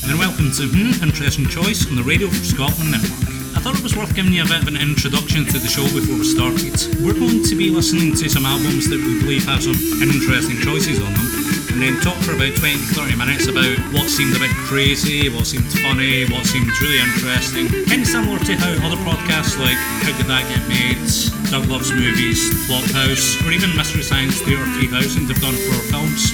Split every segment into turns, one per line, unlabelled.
comprehensive new Hmm, interesting choice on the Radio for Scotland network. I thought it was worth giving you a bit of an introduction to the show before we started. We're going to be listening to some albums that we believe have some interesting choices on them, and then talk for about 20 30 minutes about what seemed a bit crazy, what seemed funny, what seemed really interesting. Kind of similar to how other podcasts like How Did That Get Made, Doug Loves Movies, Flophouse, or even Mystery Science 3 or 3000 have done for our films.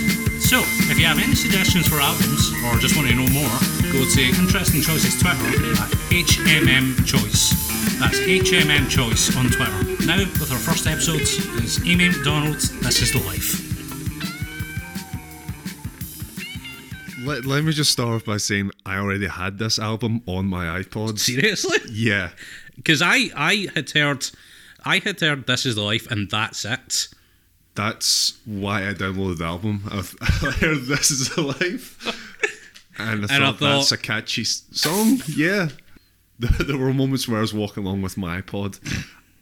So, if you have any suggestions for albums or just want to know more, go to Interesting Choices Twitter at HMM Choice. That's HMM Choice on Twitter. Now, with our first episode, is Amy McDonald. This is the life.
Let, let me just start off by saying I already had this album on my iPod.
Seriously?
Yeah.
Because I, I had heard, I had heard "This Is the Life" and that's it.
That's why I downloaded the album. I've, I heard This Is the Life. And I thought,
And I
that's
thought-
a catchy s- song. Yeah. There, there were moments where I was walking along with my iPod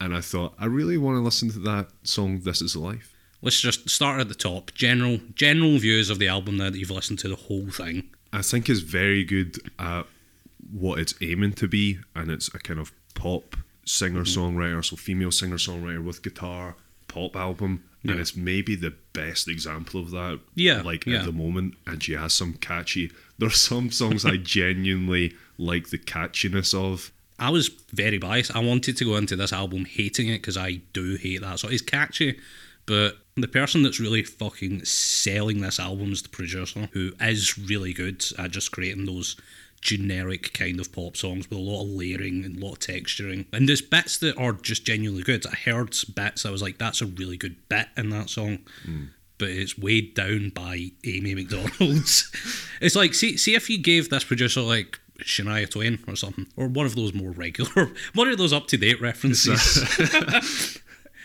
and I thought, I really want to listen to that song, This Is the Life.
Let's just start at the top. General general views of the album now that you've listened to the whole thing.
I think is very good at what it's aiming to be, and it's a kind of pop singer
Mm-hmm.
songwriter, so female singer songwriter with guitar, pop album, and
Yeah.
it's maybe the best example of that.
Yeah,
like
yeah.
at the moment, and she has some catchy. There's some songs I genuinely like the catchiness of.
I was very biased. I wanted to go into this album hating it because I do hate that. So it's catchy, but the person that's really fucking selling this album is the producer, who is really good at just creating those generic kind of pop songs with a lot of layering and a lot of texturing. And there's bits that are just genuinely good. I heard bits that I was like, that's a really good bit in that song. But it's weighed down by Amy McDonald's. it's like see see if you gave this producer like Shania Twain or something, or one of those more regular, one of those up to date references.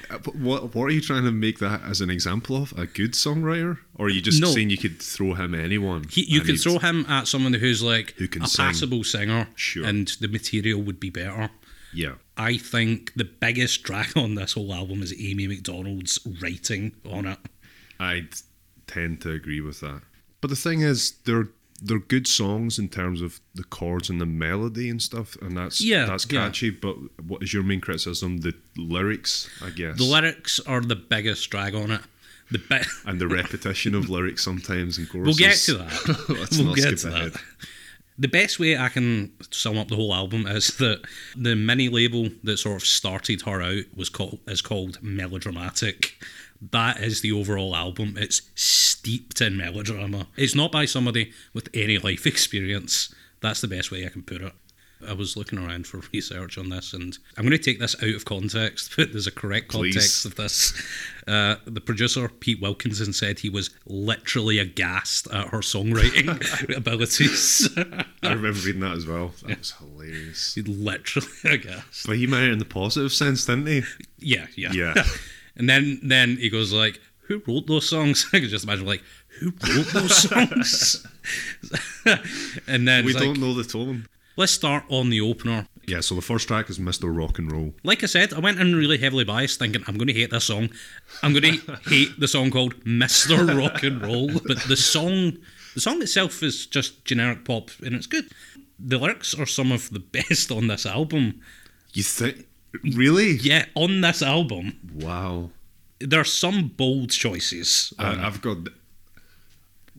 Uh, but What what are you trying to make that as an example of? A good songwriter, or are you just
No.
saying you could throw him at anyone?
He, you
and
could
he'd-
throw him at someone who's like
Who can
a
sing.
passable singer,
Sure.
and the material would be better.
yeah.
I think the biggest drag on this whole album is Amy McDonald's writing on it.
I tend to agree with that. But the thing is, they're they're good songs in terms of the chords and the melody and stuff, and that's
Yeah,
that's
yeah.
catchy. But what is your main criticism? The lyrics, I guess,
The lyrics are the biggest drag on it. The bit
and the repetition of lyrics sometimes in
we'll
choruses.
get to that.
Let's
we'll
not
get
skip
to
ahead.
that. The best way I can sum up the whole album is that the mini label that sort of started her out was called is called melodramatic. That is the overall album. It's steeped in melodrama. It's not by somebody with any life experience. That's the best way I can put it. I was looking around for research on this, and I'm going to take this out of context, but there's a correct
Please.
context of this. Uh, the producer, Pete Wilkinson, said he was literally aghast at her songwriting abilities.
I remember reading that as well. That was hilarious.
He literally, I guess.
But he meant it in the positive sense, didn't he?
Yeah, yeah.
Yeah.
and then then he goes like, "Who wrote those songs?" I could just imagine like, "Who wrote those songs?" and then
we
it's
don't
like,
know the tone.
let's start on the opener.
Yeah. So the first track is Mr. Rock and Roll.
Like I said, I went in really heavily biased, thinking I'm going to hate this song. I'm going to hate the song called "Mister Rock and Roll," but the song, the song itself is just generic pop, and it's good. The lyrics are some of the best on this album.
You think? Really?
Yeah, on this album.
Wow.
there are some bold choices.
I- I've got.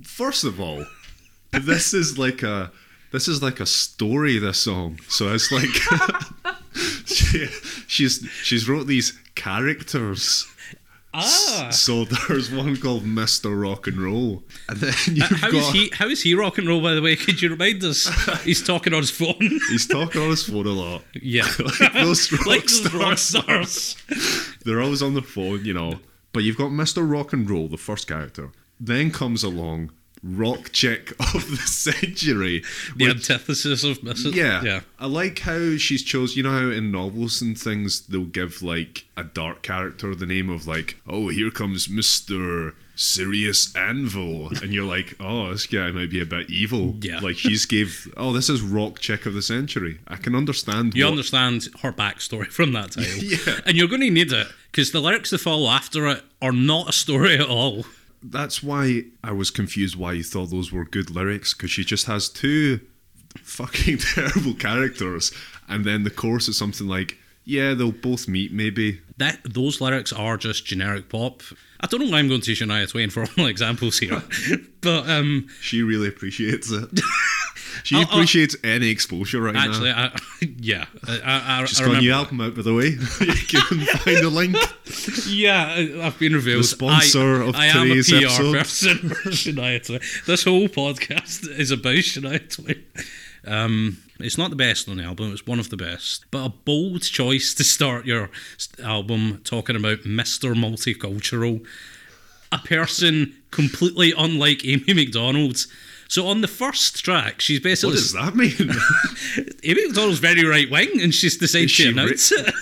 First of all, this is like a this is like a story. This song, so it's like she, she's she's wrote these characters.
ah,
So there's one called Mister Rock and Roll, and then you've
how is
got
he? How is he rock and roll? By the way, could you remind us? He's talking on his phone.
he's talking on his phone a lot.
yeah,
Like those rock
like those rock
stars.
stars.
They're always on the phone, you know. But you've got Mr. Rock and Roll, the first character. Then comes along Rock Chick of the Century.
The
which-
antithesis of Mrs.
Yeah.
yeah.
I like how she's chose, you know how in novels and things they'll give like a dark character the name of like, oh, here comes Mr. Sirius Anvil. And you're like, oh, this guy might be a bit evil.
Yeah.
Like she's gave, oh, this is rock chick of the century. I can understand
You
what-
understand her backstory from that title,
Yeah.
and you're going to need it because the lyrics that follow after it are not a story at all.
That's why I was confused why you thought those were good lyrics because she just has two fucking terrible characters, and then the chorus is something like, "Yeah, they'll both meet maybe."
That those lyrics are just generic pop. I don't know why I'm going to Shania Twain for all examples here, but um,
She really appreciates it. She
I'll- I'll-
appreciates any exposure right
actually,
now.
I, yeah, I, I, I,
She's
I
got a new
remember.
album out, by the way. you can find the link.
Yeah, I- I've been revealed.
The sponsor
I,
of
I am a
today's
PR
episode.
person for Shania Twain. This whole podcast is about Shania Twain. Um, it's not the best on the album. It's one of the best, but a bold choice to start your s- album talking about Mr. Multicultural, a person completely unlike Amy McDonald. So on the first track, she's
What
basically
does that mean?
Amy McDonald's very right wing, and she's decided
she
to announce it.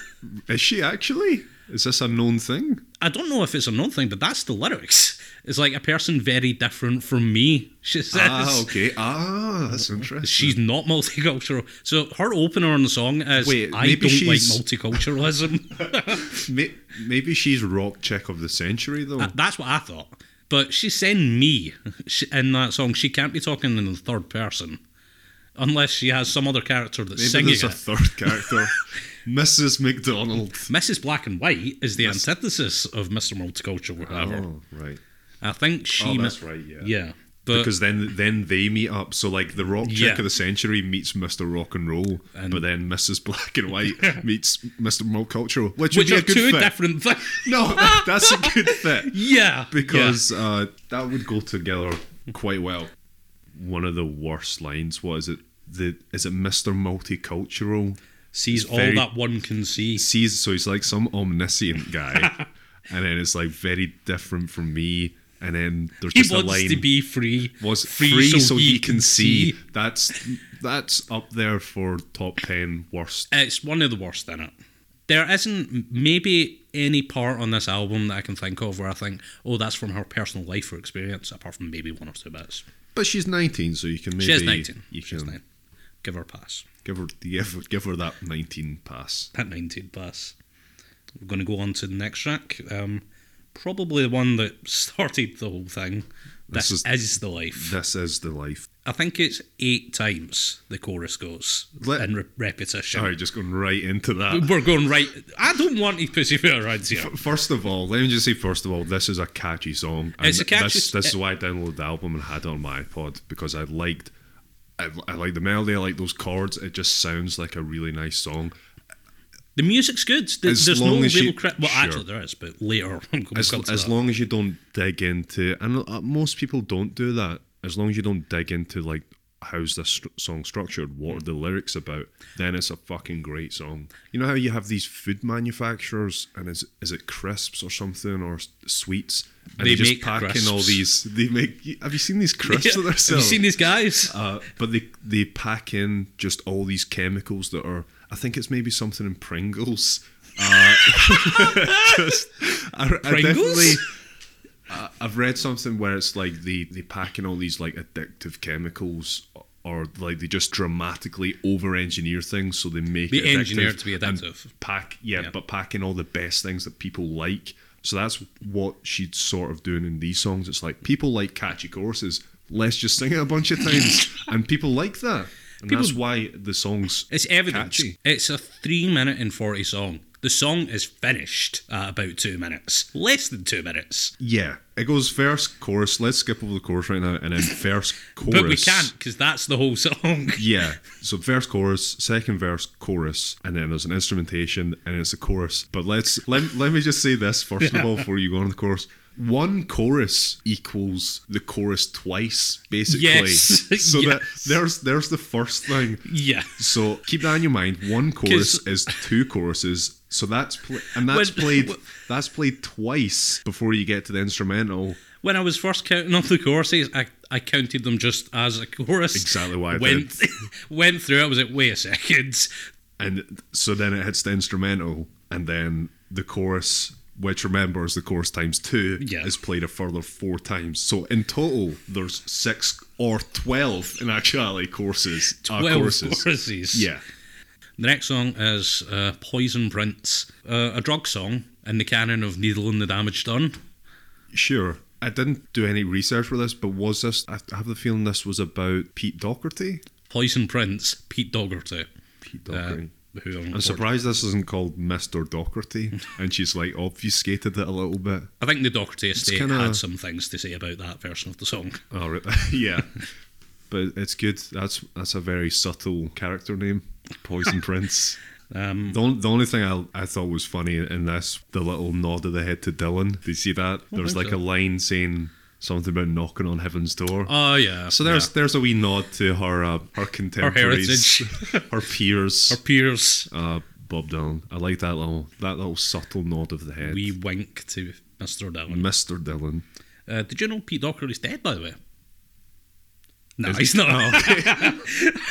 is she actually? Is this a known thing?
I don't know if it's a known thing, but that's the lyrics. It's like a person very different from me. She says
Ah, okay. Ah, that's interesting.
she's not multicultural. So her opener on the song is
Wait,
I
maybe
don't
she's-
like multiculturalism.
May- maybe she's rock chick of the century though.
that's what I thought. But she's saying me She- in that song. She can't be talking in the third person unless she has some other character that's
maybe
singing
there's
it.
a third character, Mrs. McDonald.
Mrs. Black and White is the antithesis of Mr. Multicultural, whatever.
Oh, right.
I think she.
Oh,
mi-
that's right. Yeah.
Yeah. But
because then then they meet up. So like the rock chick
Yeah.
of the century meets Mr. Rock and Roll,
And-
but then Mrs. Black and White meets Mr. Multicultural, which,
which
would be
are
a good
two
fit.
different things.
no, that- that's a good fit
Yeah. yeah.
because uh, that would go together quite well. One of the worst lines was it. The, is it Mr. Multicultural?
sees all
very-
that one can see.
sees so he's like some omniscient guy, and then it's like very different from me. And then there's
He
just a
wants
line
to be free.
was free, so, he can, see. That's that's up there for top ten worst.
It's one of the worst in it. There isn't maybe any part on this album that I can think of where I think, oh, that's from her personal life or experience, apart from maybe one or two bits.
But she's nineteen, so you can maybe
she is 19.
You
She's
can
19. Give her a pass.
give her give, give her that nineteen pass.
That 19 pass. We're going to go on to the next track. Um, probably the one that started the whole thing. This,
This
is, the life.
This is the life.
I think it's eight times the chorus goes
Let-
in re- repetition.
All right, just going right into that.
We're going right. I don't want to pussyfoot around here.
First of all, let me just say, first of all, this is a catchy song. And
It's a catchy
This,
s-
this is why I downloaded the album and had it on my iPod because I liked, I, I like the melody, I like those chords. It just sounds like a really nice song.
The music's good. There-
As
There's no
long
real
as you-
cri- Well,
sure.
actually, there is, but later. I'm going
as,
to come to
as
that.
long as you don't dig into and uh, most people don't do that as long as you don't dig into like how's this stru- song structured what are the lyrics about then it's a fucking great song you know how you have these food manufacturers and is is it crisps or something or s- sweets and
They
they, just
make
pack
crisps.
in all these they make have you seen these crisps
Yeah.
that they're
Have you
selling
seen these guys?
uh, but they they pack in just all these chemicals that are. I think it's maybe something in Pringles. Uh, just, I, I
Pringles?
definitely. I- I've read something where it's like they they pack in all these like addictive chemicals. Or like they just dramatically over-engineer things, so they make
They
it addictive
engineer it to be
and
addictive.
Pack, yeah,
Yeah.
but pack in all the best things that people like. So that's what she's sort of doing in these songs. It's like people like catchy choruses. Let's just sing it a bunch of times, and people like that. And
People-
that's why the songs.
It's evidence.
Catchy.
It's a three minute and 40 song. The song is finished at about two minutes. Less than two minutes.
Yeah, it goes verse, chorus. Let's skip over the chorus right now, and then verse, chorus.
But we can't because that's the whole song.
Yeah. So verse, chorus, second verse, chorus, and then there's an instrumentation, and it's a chorus. But let's let, let me just say this first of all before you go on to the chorus. One chorus equals the chorus twice, basically.
Yes.
So that
Yes.
there's there's the first thing.
Yeah.
So keep that in your mind. One chorus
'Cause-
is two choruses. So that's pl- and that's
When-
played that's played twice before you get to the instrumental.
When I was first counting off the choruses, I, I counted them just as a chorus.
Exactly why I
went, went through it. I was like, wait a second.
and so then it hits the instrumental and then the chorus which remember is the chorus times two
Yeah.
is played a further four times so in total there's six or 12 in actuality courses uh,
12
choruses.
choruses.
yeah
The next song is uh, Poison Prince, uh, a drug song in the canon of Needle and the Damage Done.
sure i didn't do any research for this but was this i have the feeling this was about pete doherty
Poison Prince, Pete Dougherty.
Pete
uh,
Dougherty.
who
I'm surprised this isn't called Mr. Doherty, and she's like obfuscated it a little bit.
I think the Dougherty estate
kinda-
had some things to say about that version of the song.
Oh, right. yeah, but it's good. That's that's a very subtle character name, Poison Prince.
Um,
The, on, the only thing I, I thought was funny in this, the little nod of the head to Dylan. Did you see that? There was
think
like
so.
a line saying something about knocking on heaven's door.
oh yeah.
so there's
yeah.
there's a wee nod to her uh, her contemporaries, her peers,
our peers.
uh, Bob Dylan. I like that little that little subtle nod of the head.
We wink to Mr. Dillon.
Mr. Dylan.
Uh, did you know Pete Doherty's dead, by the way? No, he's not.
Oh.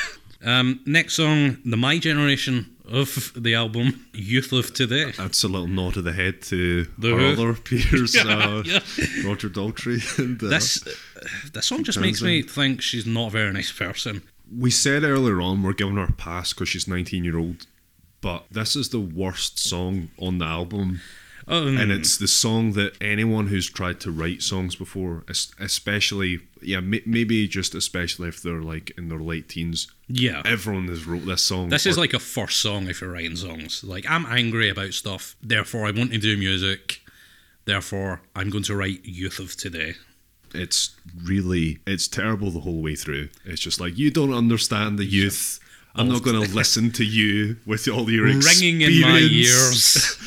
um, next song, the My Generation of the album, Youth of Today.
That's a little nod of the head to
The
our
Who.
other peers, uh,
Yeah.
Roger Daltrey. And, uh,
This, this song just makes me think she's not a very nice person.
we said earlier on we're giving her a pass because she's 19 year old, but this is the worst song on the album.
Um,
And it's the song that anyone who's tried to write songs before, es- especially, yeah, may- maybe just especially if they're like in their late teens,
yeah.
everyone has wrote this song.
This is
or-
like a first song if you're writing songs. Like, I'm angry about stuff, therefore I want to do music, therefore I'm going to write Youth of Today.
it's really it's terrible the whole way through. It's just like you don't understand the youth. I'm not going to listen to you with all your
Ringing in my
experience
ears.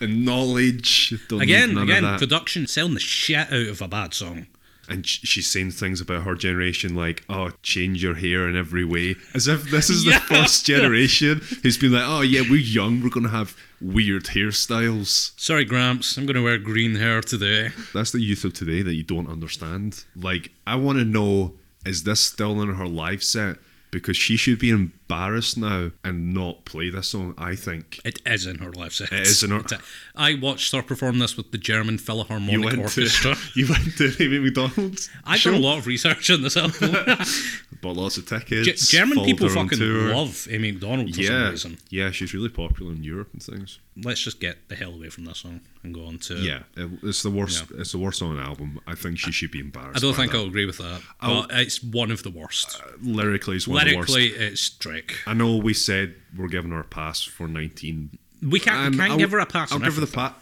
and knowledge. Don't need
Again,
none of
again,
that.
production selling the shit out of a bad song.
and sh- she's saying things about her generation like, "Oh, change your hair in every way," as if this is
Yeah.
the first generation who's been like, "Oh yeah, we're young. We're going to have weird hairstyles."
Sorry, Gramps, I'm going to wear green hair today.
That's the youth of today that you don't understand. Like, I want to know is this still in her live set? Because she should be embarrassed now and not play this song, I think.
It is in her live set.
It is in her-
It's a- I watched her perform this with the German
You
Philharmonic
went, to,
Orchestra.
you went to Amy McDonald's.
I've done a lot of research on this album.
Bought lots of
Ge-
tickets.
German
followed
people
her on
fucking
tour.
love Amy McDonald for
yeah,
some reason.
yeah, she's really popular in Europe and things.
Let's just get the hell away from that song and go on to.
Yeah, it- it's the worst. It's the worst on an album. I think she should be embarrassed.
I don't
by
think
that.
I'll agree with that, but it's one of the worst.
lyrically it's Uh, one of the worst.
Lyrically, it's Drake.
I know we said we're giving her a pass for 19,
We can't,
And
we can't
Um, I'll-
give her a pass.
I'll
on
give her the
everything.
pass.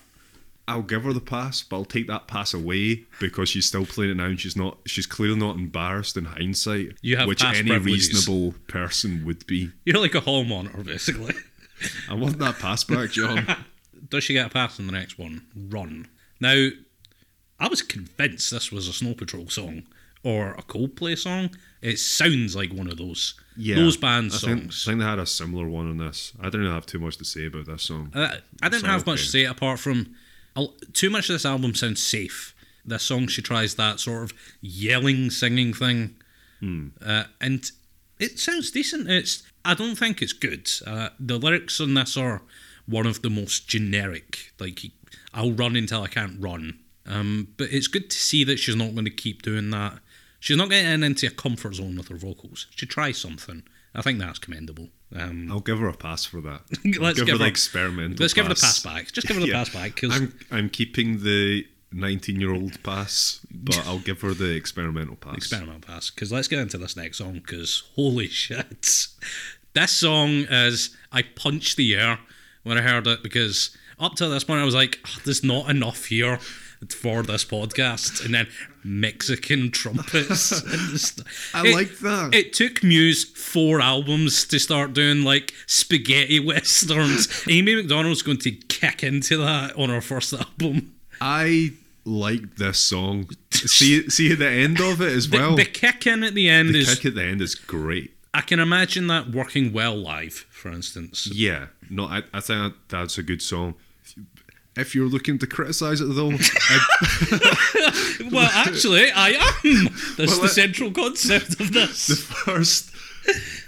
I'll give her the pass, but I'll take that pass away because she's still playing it now, and she's not. She's clearly not embarrassed in hindsight,
You have
which
past
any
privileges.
reasonable person would be.
You're like a hall monitor, basically.
I want that pass back, John.
Does she get a pass in the next one? Run. Now, I was convinced this was a Snow Patrol song or a Coldplay song. It sounds like one of those those band
I think,
songs.
I think they had a similar one on this. I don't have too much to say about this song.
Uh, I didn't
Sound
have much to say
okay.
apart from a l- too much of this album sounds safe. This song, she tries that sort of yelling, singing thing, uh, and it sounds decent. It's I don't think it's good. Uh, the lyrics on this are one of the most generic. Like I'll run until I can't run. Um, but it's good to see that she's not going to keep doing that. She's not getting into a comfort zone with her vocals. She tries something. I think that's commendable. Um,
I'll give her a pass for that. I'll
Let's
give, her the
her-
experimental.
Let's give her the pass back. Just give her the
Yeah.
pass back. 'cause
I'm I'm keeping the 19 year old pass, but I'll give her the experimental pass.
experimental pass. Because let's get into this next song. Because holy shit, this song is I punched the air when I heard it because up to this point I was like, "Oh, there's not enough here for this podcast. And then Mexican trumpets. and just-
I like that.
It took Muse four albums to start doing like spaghetti westerns. Amy McDonald's going to kick into that on her first album.
I like this song. See see at the end of it as
The,
well.
the
The,
kick in at the end is.
kick at the end is great.
I can imagine that working well live, for instance.
Yeah, no, I, I think that's a good song. If you're looking to criticize it though, I,
Well, actually, I am. That's
Well,
the
uh,
central concept of
the
this.
first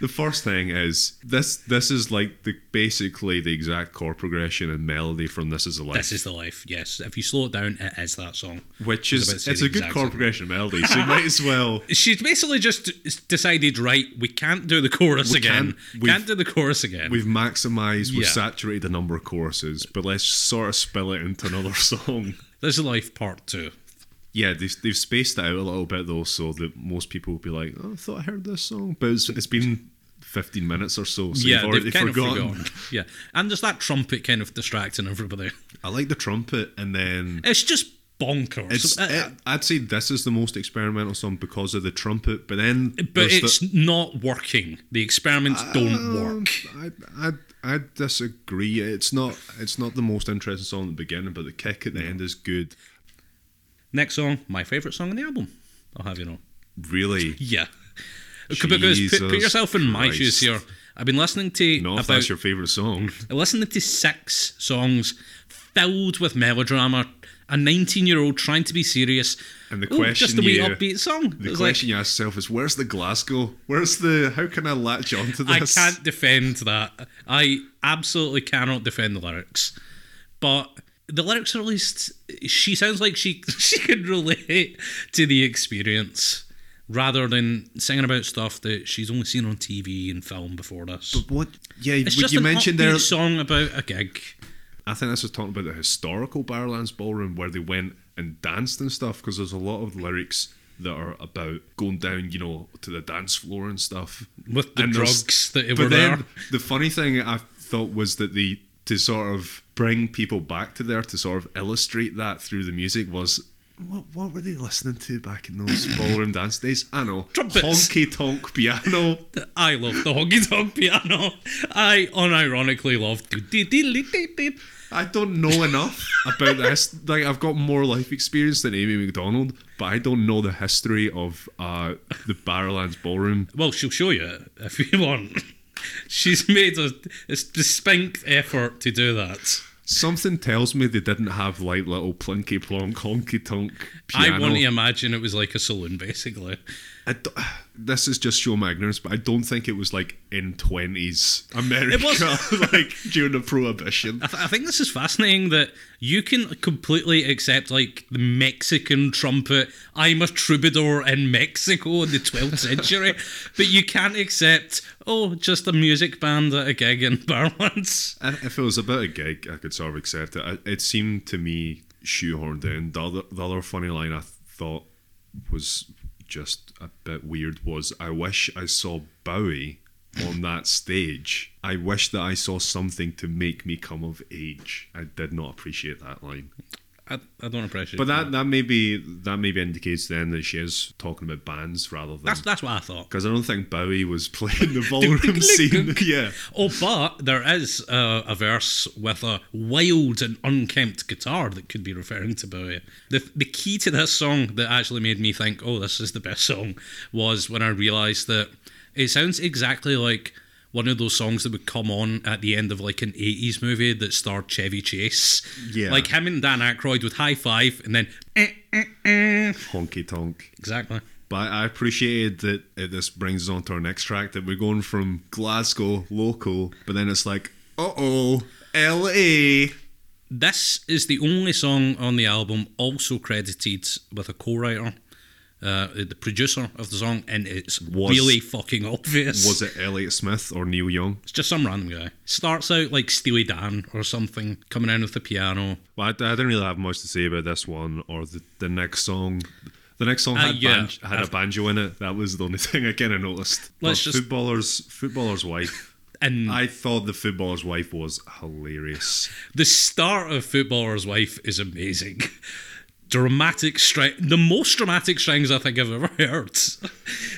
the first thing is this this is like the basically the exact chord progression and melody from This Is a Life.
This is the life. Yes, if you slow it down, it is that song.
which
about to
is
say
it's
the
a good
exact
chord
same.
progression melody, so you might as well.
She's basically just decided, right? We can't do the chorus again. Can't,
can't- we've-
do the chorus again.
We've maximized, we've
Yeah.
saturated the number of choruses, but let's sort of spill it into another song.
This is life part two.
Yeah, they've, they've spaced it out a little bit though, so that most people will be like, "Oh, I thought I heard this song," but it's, it's been fifteen minutes or so, so
yeah,
you've already
they've kind
forgotten.
of forgotten. Yeah, and there's that trumpet kind of distracting everybody.
I like the trumpet, and then
It's just bonkers.
it's.
Uh,
I- I'd say this is the most experimental song because of the trumpet, but then.
but
there's
it's not working. The experiments
the,
don't
Um,
work.
I, I I disagree. It's not it's not the most interesting song at the beginning, but the kick at the end is good.
Next song, my favourite song on the album. I'll have you know.
Really,
Yeah. Because put, put
Jesus
yourself in my shoes
Christ.
here. I've been listening to
not if
about
that's your favorite song.
I listened to six songs filled with melodrama. A 19 year old trying to be serious.
And the
Ooh, just a
question
wee
you-
upbeat song. It
The
was
question you ask yourself is, "Where's the Glasgow? Where's the? How can I latch onto
like, I
this?"
can't defend that. I absolutely cannot defend the lyrics. But the lyrics are at least she sounds like she she can relate to the experience rather than singing about stuff that she's only seen on TV and film before this.
What? Yeah,
It's
what
just
you
an
mentioned
upbeat
there.
song about a gig.
I think this is talking about the historical Barrowlands Ballroom where they went and danced and stuff because there's a lot of lyrics that are about going down, you know, to the dance floor and stuff
With the
And there's-
drugs that were
But then
there.
the funny thing I thought was that the to sort of bring people back to there to sort of illustrate that through the music was. What, what were they listening to back in those ballroom dance days? I know.
Trumpets.
Honky tonk piano.
I love the honky tonk piano. I unironically love.
I don't know enough about this. Like I've got more life experience than Amy McDonald, but I don't know the history of uh, the Barrowlands Ballroom.
Well, she'll show you if you want. She's made a, a distinct effort to do that.
Something tells me they didn't have like little plinky plonk honky tonk piano.
I e- want to imagine it was like a saloon, basically.
I do- this is just show my ignorance, but I don't think it was like in twenties America,
It was-
like during the Prohibition.
I, th- I think this is fascinating that you can completely accept like the Mexican trumpet. I'm a troubadour in Mexico in the 12th century, but you can't accept oh, just a music band at a gig in Barlands.
If if it was about a gig, I could sort of accept it. I- It seemed to me shoehorned in. The other, the other funny line I thought was just a bit weird was I wish I saw Bowie on that stage. I wish that I saw something to make me come of age. I did not appreciate that line.
I, I don't appreciate.
But that that maybe that maybe indicates then that she is talking about bands rather than
That's that's what I thought.
because I don't think Bowie was playing the ballroom scene. yeah.
Oh, but there is uh, a verse with a wild and unkempt guitar that could be referring to Bowie. The, the key to this song that actually made me think, oh, this is the best song, was when I realised that it sounds exactly like one of those songs that would come on at the end of like an 80s movie that starred Chevy Chase.
Yeah.
Like him and Dan Aykroyd would high five and then. eh, eh, eh.
Honky tonk.
Exactly.
But I appreciated that uh, this brings us on to our next track that we're going from Glasgow local, but then it's like, uh oh, LA.
This is the only song on the album also credited with a co-writer, uh, the producer of the song, and it's
Was-
really fucking obvious.
Was it Elliot Smith or Neil Young?
It's just some random guy. Starts out like Steely Dan or something, coming in with the piano.
Well, I, I didn't really have much to say about this one or the, the next song. The next song
Uh,
had,
yeah.
banj- had a banjo in it. That was the only thing I kind of noticed.
Let's
But
just-
footballers, footballers' wife.
And
I thought the footballer's wife was hilarious.
the start of Footballer's Wife is amazing. Dramatic string, the most dramatic strings I think I've ever heard.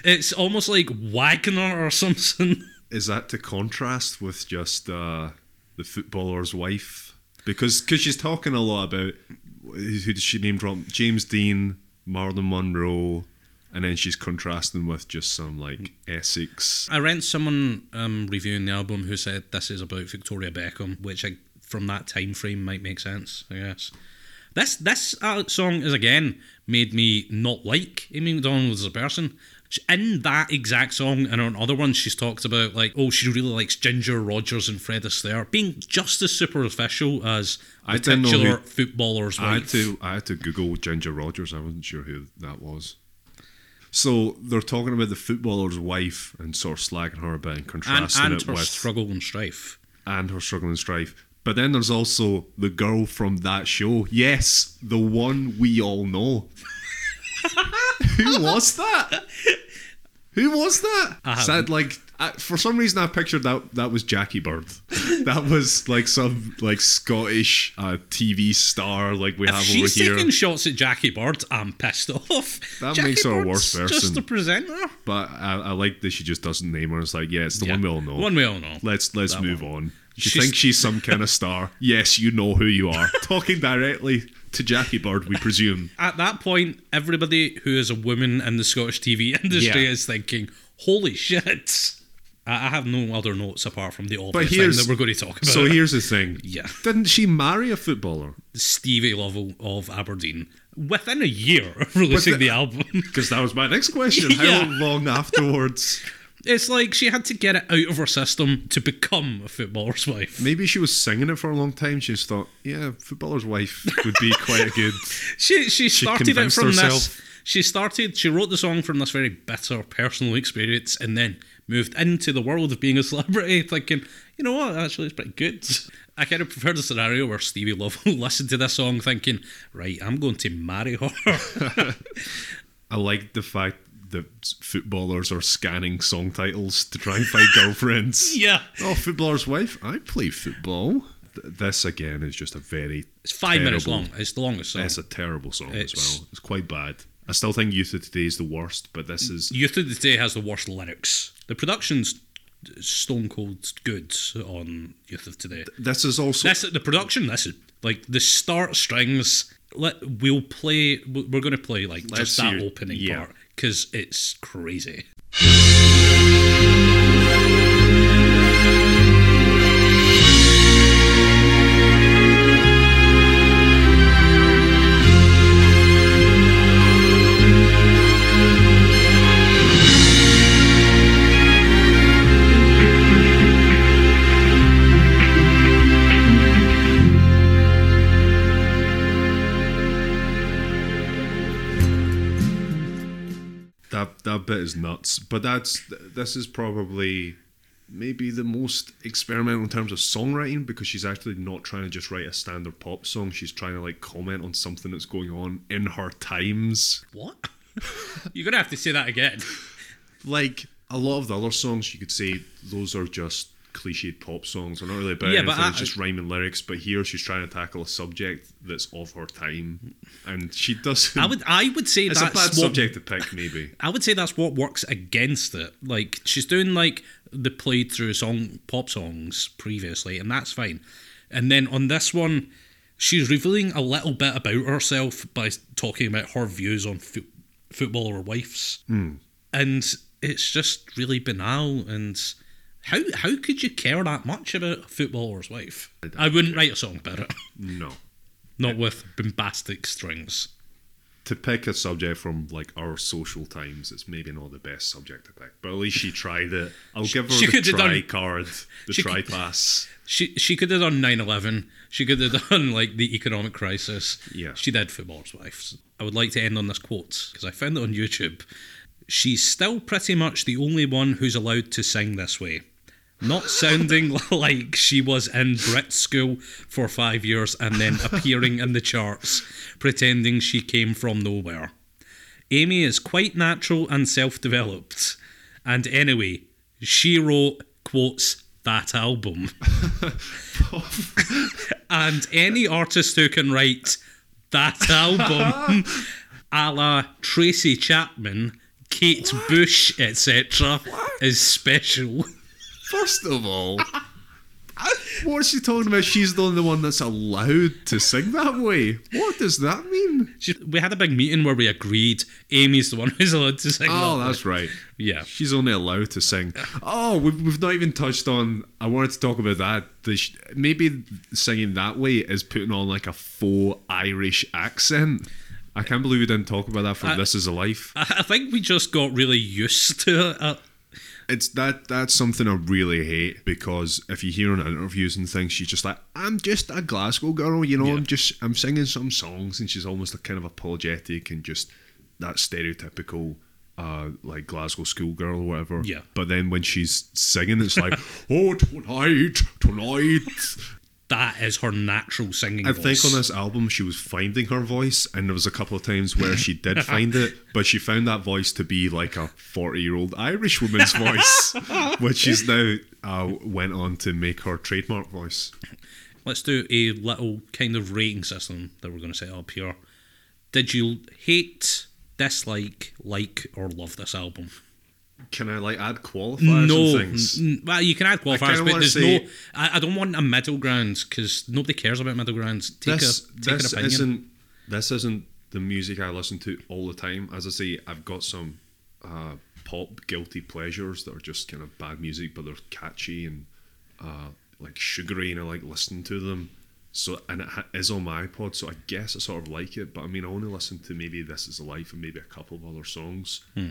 It's almost like Wagner or something.
is that to contrast with just uh, the footballer's wife? Because cause she's talking a lot about who did she name drop? James Dean, Marilyn Monroe, and then she's contrasting with just some like Essex.
I read someone um, reviewing the album who said this is about Victoria Beckham, which I, from that time frame might make sense. I guess this this uh, song is again made me not like Amy McDonald as a person. She- In that exact song and on other ones, she's talked about like, oh, she really likes Ginger Rogers and Fred Astaire being just as superficial as the
I didn't know who-
titular footballer's
I had
wife.
to I had to Google Ginger Rogers. I wasn't sure who that was. So they're talking about the footballer's wife and sort of slagging her a bit and
and,
contrasting
and
it
her
with
struggle and strife.
and her struggle and strife. But then there's also the girl from that show. Yes, the one we all know. Who was that? Who was that?
I haven't.
Said like I, for some reason I pictured that that was Jackie Bird. That was like some like Scottish uh, TV star like we
If
have
she's
over here.
taking shots at Jackie Bird, I'm pissed off.
That
Jackie
makes her a worse
Bird's Just
person.
a presenter.
But I, I like that she just doesn't name her. It's like yeah, it's the
Yeah.
one we all know.
One we all know.
let's let's move on. You
She's-
think she's some kind of star? Yes, you know who you are. Talking directly to Jackie Bird, we presume.
At that point, everybody who is a woman in the Scottish TV industry
Yeah.
is thinking, "Holy shit!" I I have no other notes apart from the
But
obvious thing
here's
that we're going to talk about.
So here's the thing.
Yeah.
Didn't she marry a footballer?
Stevie level of Aberdeen within a year of releasing the,
the-
album.
Because that was my next question. How
Yeah.
long afterwards?
It's like she had to get it out of her system to become a footballer's wife.
Maybe she was singing it for a long time. She just thought, yeah, footballer's wife would be quite a good.
She she started it
convinced
from this.
herself.
She started. She wrote the song from this very bitter personal experience, and then moved into the world of being a celebrity, thinking, you know what, actually, it's pretty good. I kind of prefer the scenario where Stevie Love listened to this song, thinking, right, I'm going to marry her.
I like the fact that footballers are scanning song titles to try and find girlfriends.
yeah.
Oh, footballer's wife. I play football. Th- This again is just a very.
It's five minutes
terrible-
long. It's the longest song.
It's a terrible song as
It's-
well. It's quite bad. I still think Youth of Today is the worst, but this is.
Youth of the Day has the worst lyrics. The production's stone cold good on Youth of Today.
This is also.
This the production. This is like the start strings. Let we'll play. We're going to play like
Let's
just that
hear-
opening
yeah.
part because it's crazy.
That that bit is nuts. But that's this is probably maybe the most experimental in terms of songwriting because she's actually not trying to just write a standard pop song. She's trying to like comment on something that's going on in her times.
What? You're going to have to say that again.
Like a lot of the other songs, you could say those are just cliched pop songs. They're not really about
Yeah,
anything.
but
it's
I-
just rhyming lyrics. But here, she's trying to tackle a subject that's of her time, and she does.
I would. I would say
it's a
that's
bad
what-
subject to pick, maybe.
I would say that's what works against it. Like she's doing like the played through song pop songs previously, and that's fine. And then on this one, she's revealing a little bit about herself by talking about her views on fo- football or wives, and it's just really banal. And how how could you care that much about a footballer's wife?
don't
I wouldn't write a song about it,
No.
not with bombastic strings.
to pick a subject from like our social times it's maybe not the best subject to pick but at least she tried it i'll give her
she
the
could've
try
done-
card the
she
try
could-
pass
She she could have done 9-11. She could have done like the economic crisis.
Yeah.
She did footballers' wives. I would like to end on this quote because I found it on YouTube. She's still pretty much the only one who's allowed to sing this way. Not sounding like she was in Brit school for five years and then appearing in the charts, pretending she came from nowhere. Amy is quite natural and self developed. And anyway, she wrote, quotes, that album. and any artist who can write that album, a la Tracy Chapman, Kate Bush, etc., is special.
first of all what's she talking about she's the only one that's allowed to sing that way what does that mean
She- We had a big meeting where we agreed Amy's the one who's allowed to sing.
oh
that.
that's right
Yeah.
she's only allowed to sing oh we've, we've not even touched on i wanted to talk about that the sh- maybe singing that way is putting on like a faux irish accent I can't believe we didn't talk about that for This Is a Life.
I I think we just got really used to it. Uh,
It's that that's something I really hate because if you hear in interviews and things, she's just like, I'm just a Glasgow girl, you know, I'm just I'm singing some songs and she's almost a kind of apologetic and just that stereotypical uh, like Glasgow schoolgirl or whatever.
Yeah.
But then when she's singing, it's like, oh tonight, tonight.
that is her natural singing.
I
voice.
think on this album she was finding her voice, and there was a couple of times where she did find it, but she found that voice to be like a forty-year-old Irish woman's voice, which she's now uh, went on to make her trademark voice.
Let's do a little kind of rating system that we're going to set up here. Did you hate, dislike, like, or love this album?
Can I like add qualifiers
no,
and things?
n- well, you can add
kinda
qualifiers, but
wanna
there's
say-
no. I, I don't want a middle ground because nobody cares about middle grounds. Take
this
a take
this
an opinion.
isn't this isn't the music I listen to all the time. As I say, I've got some uh, pop guilty pleasures that are just kind of bad music, but they're catchy and uh, like sugary, and I like listening to them. So and it ha- is on my iPod, so I guess I sort of like it. But I mean, I only listen to maybe "This Is Life" and maybe a couple of other songs
Hmm.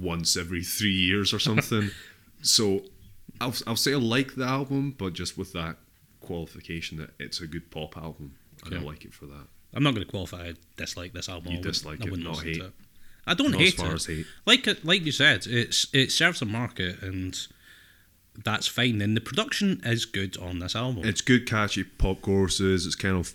once every three years or something. so I'll, I'll say I like the album, but just with that qualification that it's a good pop album. And I
Okay.
like it for that.
I'm not going to qualify. I dislike this album. I
You
wouldn't-
dislike
I
it,
wouldn't
not
listen to
hate.
it. I don't
Not as
hate
far
it.
as hate.
Like it- like you said, it's it serves a market and that's fine. And the production is good on this album.
It's good, catchy pop choruses. It's kind of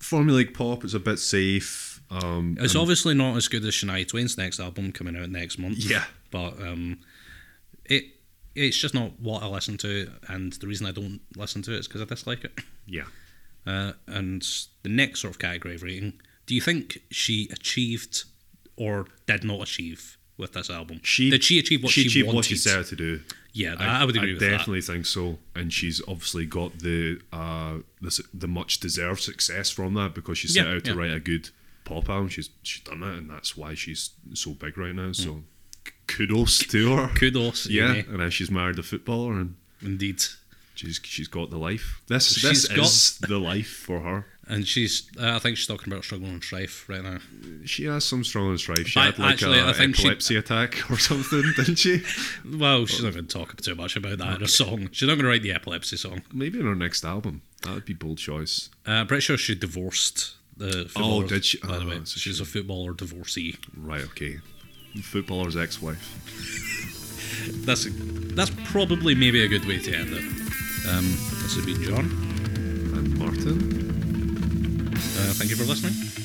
formulaic pop. It's a bit safe. Um,
It's obviously not as good as Shania Twain's next album coming out next month.
Yeah.
but um, it it's just not what I listen to, and the reason I don't listen to it is because I dislike it.
yeah.
Uh, and the next sort of category of rating, do you think she achieved or did not achieve with this album?
She
did she achieve what she,
achieved
wanted?
what she set out to do.
Yeah, I, I would agree with
definitely think so. And she's obviously got the uh, the, s- the much deserved success from that because she set
Yeah,
out to
yeah.
write a good pop album. She's she's done it, and that's why she's so big right now. So k- kudos to her.
that. Kudos,
yeah,
yeah,
and now she's married a footballer, and
indeed.
she's she's got the life. This
She's
this is the life for her.
And she's, uh, I think she's talking about struggling and strife right now.
She has some strong and strife. She
I-
had like
actually,
a
I think she-
epilepsy attack or something, didn't she?
Well, she's not going to talk too much about that in her song. She's not going to write the epilepsy song.
Maybe in her next album. That would be bold choice.
Uh, I'm pretty sure she divorced the footballer.
Oh, did she?
By the
Oh,
way,
that's a
she's a footballer divorcee.
Right, okay. Footballer's ex-wife.
That's that's probably maybe a good way to end it. Um, this has been John.
And Martin.
Uh, thank you for listening.